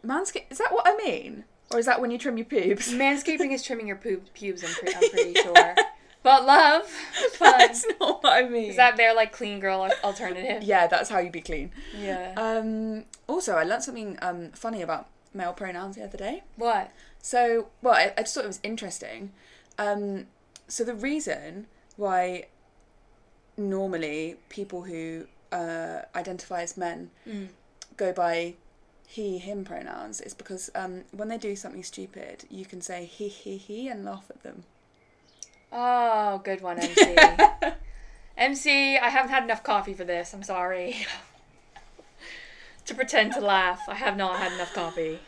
Speaker 3: manscape? Is that what I mean? Or is that when you trim your pubes?
Speaker 1: Manscaping is trimming your poop pubes. I'm, pre- I'm pretty sure. But love, fun.
Speaker 3: that's not what I mean.
Speaker 1: Is that their like clean girl al- alternative? Uh,
Speaker 3: yeah, that's how you be clean.
Speaker 1: Yeah.
Speaker 3: Um, also, I learned something um, funny about male pronouns the other day.
Speaker 1: what?
Speaker 3: So, well, I, I just thought it was interesting. Um, so the reason why normally people who uh, identify as men go by he him pronouns is because um, when they do something stupid, you can say he he he and laugh at them.
Speaker 1: Oh, good one, MC. MC, I haven't had enough coffee for this. I'm sorry. to pretend to laugh, I have not had enough coffee.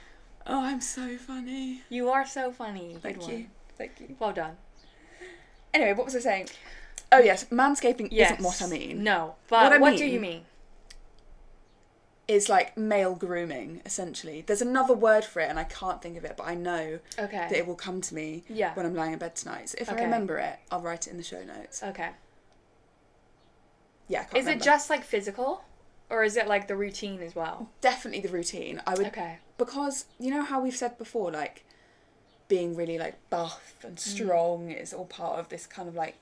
Speaker 3: Oh, I'm so funny.
Speaker 1: You are so funny. Good
Speaker 3: Thank
Speaker 1: one.
Speaker 3: you. Thank you.
Speaker 1: Well done.
Speaker 3: Anyway, what was I saying? Oh yes, manscaping
Speaker 1: Yes.
Speaker 3: isn't what I mean.
Speaker 1: No, but
Speaker 3: What I
Speaker 1: what, do
Speaker 3: mean-
Speaker 1: you mean?
Speaker 3: It's like male grooming essentially. There's another word for it and I can't think of it, but I know
Speaker 1: Okay.
Speaker 3: that it will come to me
Speaker 1: Yeah.
Speaker 3: when I'm lying in bed tonight. So if I
Speaker 1: Okay.
Speaker 3: remember it, I'll write it in the show notes.
Speaker 1: Okay.
Speaker 3: Yeah, I can't
Speaker 1: Is it
Speaker 3: remember.
Speaker 1: just like physical, or is it like the routine as well?
Speaker 3: definitely the routine? I would
Speaker 1: Okay.
Speaker 3: because you know how we've said before, like being really like buff
Speaker 1: Mm.
Speaker 3: and strong is all part of this kind of like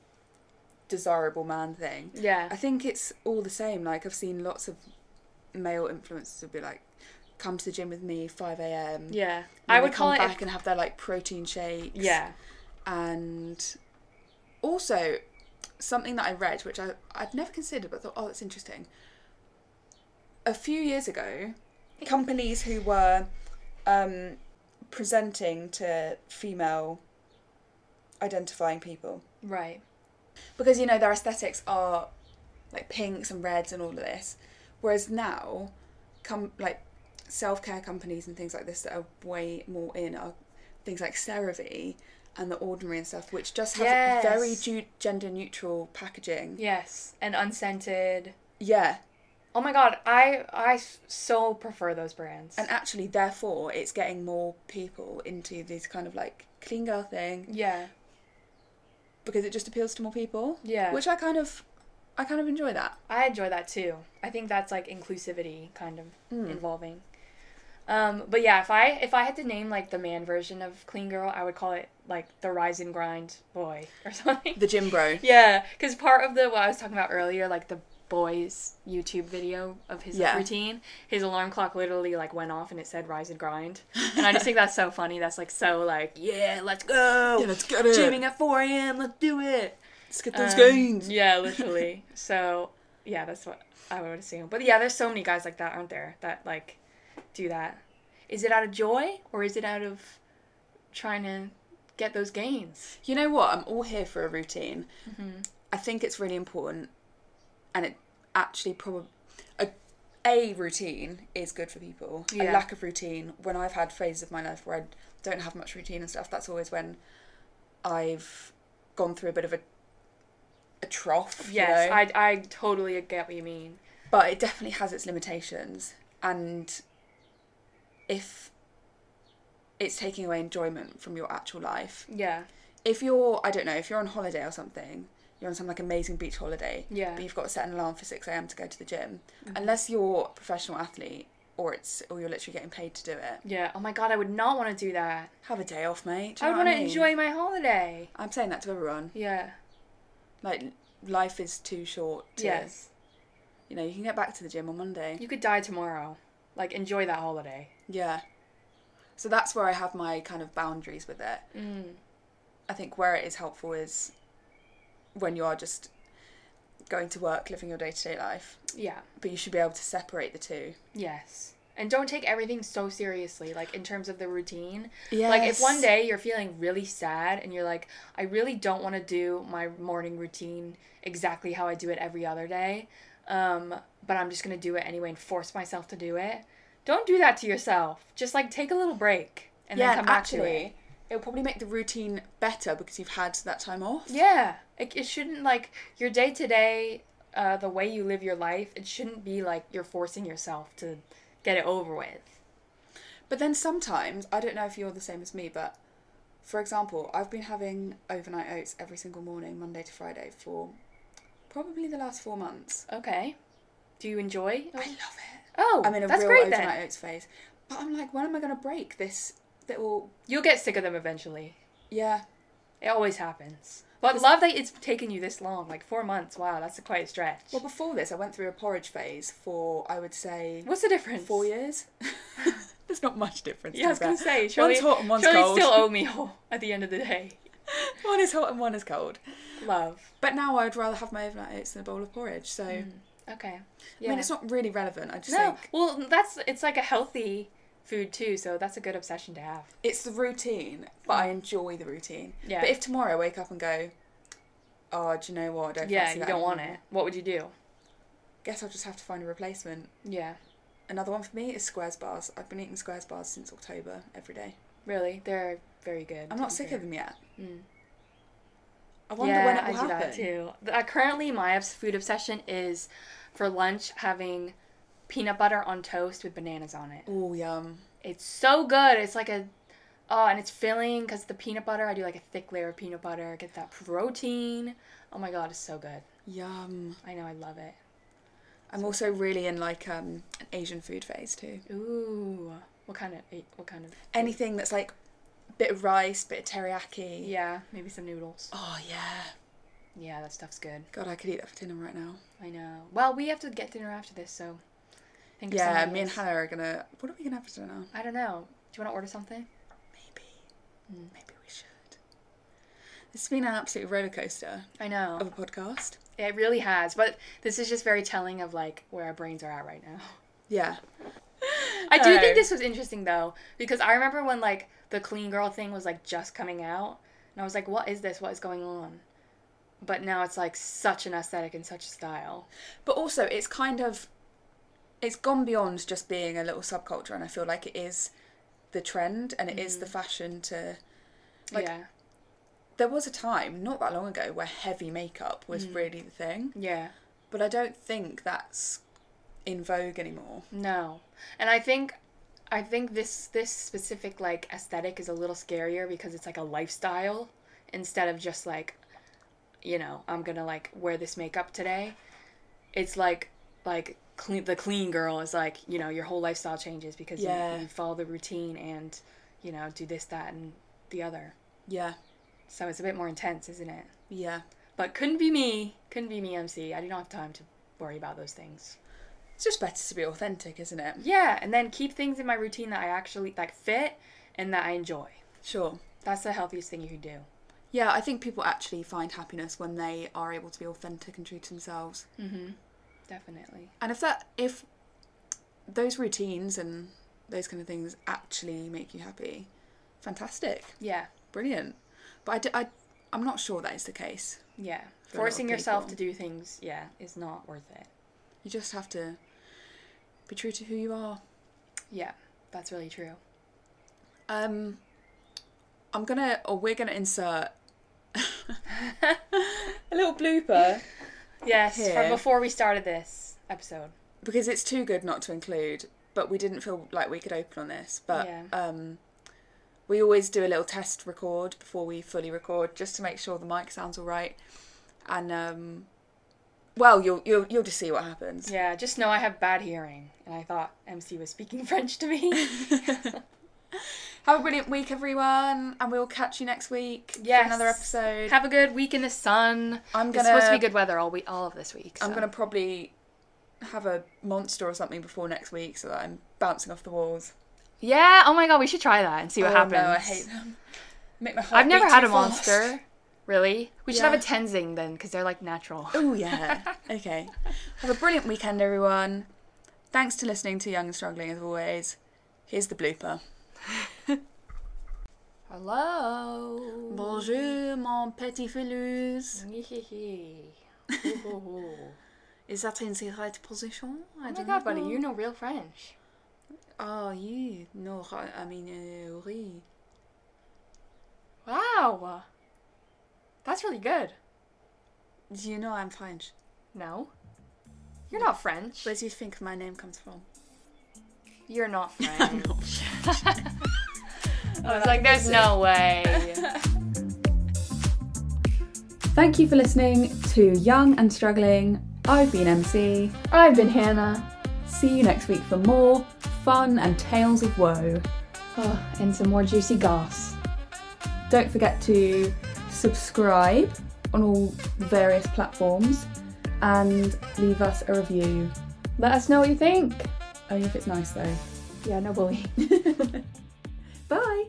Speaker 3: desirable man thing.
Speaker 1: Yeah.
Speaker 3: Oh. I think it's all the same. Like I've seen lots of male influencers would be like, "Come to the gym with me, five a.m."
Speaker 1: Yeah.
Speaker 3: And
Speaker 1: I
Speaker 3: they
Speaker 1: would call it.
Speaker 3: come back
Speaker 1: if-
Speaker 3: and have their like protein shakes.
Speaker 1: yeah.
Speaker 3: and also something that I read, which I I'd never considered, but thought, oh, that's interesting. A few years ago, companies who were um, presenting to female identifying people,
Speaker 1: Right.
Speaker 3: because you know their aesthetics are like pinks and reds and all of this, whereas now, come like self care companies and things like this that are way more in are things like CeraVe and the Ordinary and stuff, which just have
Speaker 1: Yes.
Speaker 3: very ju- gender neutral packaging.
Speaker 1: Yes. And unscented.
Speaker 3: Yeah,
Speaker 1: Oh my god, I I s- so prefer those brands.
Speaker 3: and actually, therefore, it's getting more people into these kind of like clean girl thing
Speaker 1: yeah.
Speaker 3: because it just appeals to more people.
Speaker 1: Yeah.
Speaker 3: which I kind of, I kind of enjoy that.
Speaker 1: I enjoy that too. I think that's like inclusivity kind of
Speaker 3: Hmm.
Speaker 1: involving. Um, but yeah, if I if I had to name like the man version of Clean Girl, I would call it like the Rise and Grind Boy or something.
Speaker 3: The gym bro.
Speaker 1: yeah, because part of the what I was talking about earlier, like the boy's YouTube video of his like,
Speaker 3: Yeah.
Speaker 1: routine, his alarm clock literally like went off and it said Rise and Grind, and I just think that's so funny. That's like so like yeah, let's go.
Speaker 3: let's get it.
Speaker 1: Jamming at 4 a.m. Let's do it.
Speaker 3: Let's get those
Speaker 1: Um,
Speaker 3: gains.
Speaker 1: Yeah, literally. so yeah, that's what I would assume. But yeah, there's so many guys like that, aren't there? That like do that. Is it out of joy or is it out of trying to get those gains?
Speaker 3: You know what? I'm all here for a routine.
Speaker 1: Mm-hmm.
Speaker 3: I think it's really important, and it actually probably a, a routine is good for people. A
Speaker 1: Yeah.
Speaker 3: lack of routine. When I've had phases of my life where I don't have much routine and stuff, that's always when I've gone through a bit of a a trough. you
Speaker 1: Yes,
Speaker 3: know?
Speaker 1: I I totally get what you mean.
Speaker 3: but it definitely has its limitations, and if it's taking away enjoyment from your actual life
Speaker 1: Yeah.
Speaker 3: if you're I don't know if you're on holiday or something you're on some like amazing beach holiday
Speaker 1: Yeah. Mm-hmm.
Speaker 3: but you've got to set an alarm for 6am to go to the gym unless you're a professional athlete or it's or you're literally getting paid to do it
Speaker 1: Yeah. Oh my god, I would not want to do that.
Speaker 3: have a day off mate Do
Speaker 1: I
Speaker 3: you
Speaker 1: would
Speaker 3: know
Speaker 1: want
Speaker 3: what
Speaker 1: to
Speaker 3: mean?
Speaker 1: enjoy my holiday.
Speaker 3: I'm saying that to everyone
Speaker 1: Yeah.
Speaker 3: like life is too short to,
Speaker 1: Yes.
Speaker 3: you know you can get back to the gym on Monday
Speaker 1: You could die tomorrow. Like enjoy that holiday.
Speaker 3: yeah so that's where I have my kind of boundaries with it
Speaker 1: Mm.
Speaker 3: I think where it is helpful is when you are just going to work living your day-to-day life
Speaker 1: Yeah.
Speaker 3: but you should be able to separate the two
Speaker 1: Yes. And don't take everything so seriously, like in terms of the routine. Like if one
Speaker 3: Yes.
Speaker 1: day you're feeling really sad and you're like, I really don't want to do my morning routine exactly how I do it every other day, um, but I'm just gonna do it anyway and force myself to do it. Don't do that to yourself. Just like take a little break and
Speaker 3: yeah,
Speaker 1: then come
Speaker 3: and
Speaker 1: back to it.
Speaker 3: actually, it'll probably make the routine better because you've had that time off.
Speaker 1: Yeah, it, it shouldn't like your day to day, uh, the way you live your life. It shouldn't be like you're forcing yourself to get it over with.
Speaker 3: But then sometimes, I don't know if you're the same as me, but for example, I've been having overnight oats every single morning, Monday to Friday, for probably the last four months.
Speaker 1: Okay. Do you enjoy?
Speaker 3: I love it.
Speaker 1: Oh,
Speaker 3: I'm in a
Speaker 1: that's
Speaker 3: real
Speaker 1: great
Speaker 3: overnight
Speaker 1: then.
Speaker 3: oats phase. But I'm like, when am I going to break this little.
Speaker 1: You'll get sick of them eventually.
Speaker 3: Yeah.
Speaker 1: It always happens. But love that it's taken you this long, like four months. Wow, that's quite a stretch.
Speaker 3: Well, before this, I went through a porridge phase for, I would say,
Speaker 1: What's the difference?
Speaker 3: four years. There's not much difference.
Speaker 1: Yeah, I was
Speaker 3: to be
Speaker 1: gonna
Speaker 3: fair.
Speaker 1: say. Surely,
Speaker 3: one's hot and one's
Speaker 1: surely
Speaker 3: cold.
Speaker 1: still owe me at the end of the day.
Speaker 3: One is hot and one is cold.
Speaker 1: Love.
Speaker 3: But now I'd rather have my overnight oats than a bowl of porridge. So
Speaker 1: Okay.
Speaker 3: I mean, it's not really relevant. I just
Speaker 1: Mm. no.
Speaker 3: think
Speaker 1: Well, that's it's like a healthy food too, so that's a good obsession to have.
Speaker 3: it's the routine, but I enjoy the routine.
Speaker 1: Yeah.
Speaker 3: But if tomorrow I wake up and go, oh, do you know what? I don't.
Speaker 1: yeah,
Speaker 3: fancy
Speaker 1: you
Speaker 3: that
Speaker 1: don't want
Speaker 3: anymore,"
Speaker 1: it. What would you do?
Speaker 3: Guess I'll just have to find a replacement.
Speaker 1: Yeah,
Speaker 3: Another one for me is Squares bars. I've been eating Squares bars since October every day.
Speaker 1: really, they're very good.
Speaker 3: I'm
Speaker 1: to
Speaker 3: not
Speaker 1: be
Speaker 3: sick
Speaker 1: fair.
Speaker 3: of them yet.
Speaker 1: Mm.
Speaker 3: I wonder
Speaker 1: yeah,
Speaker 3: when it will
Speaker 1: I do
Speaker 3: happen.
Speaker 1: that too. Th- Uh, currently, my obs- food obsession is for lunch having peanut butter on toast with bananas on it.
Speaker 3: Oh yum!
Speaker 1: It's so good. It's like a oh, and it's filling because the peanut butter. I do like a thick layer of peanut butter. Get that protein. Oh my god, it's so good.
Speaker 3: Yum.
Speaker 1: I know, I love it.
Speaker 3: I'm also really in like um, an Asian food phase too.
Speaker 1: Ooh, what kind of eh, what kind of?
Speaker 3: Anything that's like a bit of rice, bit of teriyaki.
Speaker 1: Yeah, maybe some noodles.
Speaker 3: Oh yeah.
Speaker 1: Yeah, that stuff's good.
Speaker 3: God, I could eat that for dinner right now.
Speaker 1: I know. Well, we have to get dinner after this, so. Think of
Speaker 3: Yeah,
Speaker 1: something
Speaker 3: me and
Speaker 1: else.
Speaker 3: Hannah are gonna. What are we gonna have for dinner?
Speaker 1: I don't know. Do you want to order something?
Speaker 3: Maybe. Maybe we should. This has Hmm. been an absolute roller coaster
Speaker 1: I know.
Speaker 3: of a podcast.
Speaker 1: It really has, but this is just very telling of like where our brains are at right now.
Speaker 3: Yeah.
Speaker 1: I do
Speaker 3: No.
Speaker 1: think this was interesting though, because I remember when like the clean girl thing was like just coming out, and I was like, "What is this? What is going on?" But now it's like such an aesthetic and such a style.
Speaker 3: But also, it's kind of. It's gone beyond just being a little subculture, and I feel like it is the trend and it is the fashion to. Like-
Speaker 1: yeah,
Speaker 3: There was a time, not that long ago, where heavy makeup was really the thing,
Speaker 1: yeah.
Speaker 3: but I don't think that's in vogue anymore.
Speaker 1: No. And I think I think this this specific like aesthetic is a little scarier because it's like a lifestyle instead of just like you know, I'm going to like wear this makeup today. It's like like clean the clean girl is like, you know, your whole lifestyle changes because you-
Speaker 3: Yeah.
Speaker 1: you, follow the routine and you know, do this that and the other.
Speaker 3: Yeah.
Speaker 1: So it's a bit more intense, isn't it?
Speaker 3: Yeah.
Speaker 1: But couldn't be me. Couldn't be me MC. I do not have time to worry about those things.
Speaker 3: It's just better to be authentic, isn't it?
Speaker 1: Yeah, and then keep things in my routine that I actually like fit and that I enjoy.
Speaker 3: Sure.
Speaker 1: That's the healthiest thing you can do.
Speaker 3: Yeah, I think people actually find happiness when they are able to be authentic and true to themselves.
Speaker 1: Definitely.
Speaker 3: And if that if those routines and those kind of things actually make you happy, fantastic,
Speaker 1: Yeah.
Speaker 3: brilliant. But I, d- I am not sure that is the case.
Speaker 1: Yeah.
Speaker 3: a lot of
Speaker 1: Forcing yourself to
Speaker 3: people.
Speaker 1: do things, yeah, is not worth it.
Speaker 3: You just have to be true to who you are.
Speaker 1: Yeah. That's really true.
Speaker 3: Um, I'm gonna or we're gonna insert a little blooper
Speaker 1: Yes, from
Speaker 3: Here.
Speaker 1: before we started this episode.
Speaker 3: because it's too good not to include. But we didn't feel like we could open on this. But
Speaker 1: Yeah.
Speaker 3: um, we always do a little test record before we fully record, just to make sure the mic sounds all right. And um, well, you'll you'll you'll just see what happens.
Speaker 1: Yeah, just know I have bad hearing and I thought MC was speaking French to me.
Speaker 3: Have a brilliant week, everyone, and we'll catch you next week
Speaker 1: Yes.
Speaker 3: for another episode.
Speaker 1: have a good week in the sun.
Speaker 3: I'm
Speaker 1: It's supposed to
Speaker 3: gonna-
Speaker 1: be good weather all week all of this week.
Speaker 3: I'm
Speaker 1: so.
Speaker 3: gonna probably have a monster or something before next week, so that I'm bouncing off the walls.
Speaker 1: Yeah, oh my god, we should try that and see what
Speaker 3: oh,
Speaker 1: happens.
Speaker 3: No, I hate them. Make my heart
Speaker 1: I've never
Speaker 3: beat
Speaker 1: had
Speaker 3: too
Speaker 1: a
Speaker 3: fast.
Speaker 1: monster. Really? We should
Speaker 3: Yeah.
Speaker 1: have a Tenzing then, because they're like natural.
Speaker 3: Oh yeah. okay. Have a brilliant weekend, everyone. Thanks to listening to Young and Struggling as always. Here's the blooper.
Speaker 1: Hello. Oh
Speaker 3: Bonjour, mon petit Felus. Is that in the right position? I
Speaker 1: Oh my
Speaker 3: don't
Speaker 1: god, buddy,
Speaker 3: know.
Speaker 1: you know real French.
Speaker 3: Oh, you know, I mean, uh, oui.
Speaker 1: Wow. That's really good.
Speaker 3: Do you know I'm French?
Speaker 1: No. You're not French.
Speaker 3: Where do you think my name comes from?
Speaker 1: You're not French. I was like, there's no way.
Speaker 2: Thank you for listening to Young and Struggling. I've been MC.
Speaker 1: I've been Hannah.
Speaker 2: See you next week for more fun and tales of woe.
Speaker 1: Oh, and some more juicy goss.
Speaker 2: Don't forget to subscribe on all the various platforms and leave us a review.
Speaker 1: Let us know what you think.
Speaker 2: Only if it's nice though.
Speaker 1: Yeah, no bully.
Speaker 2: Bye!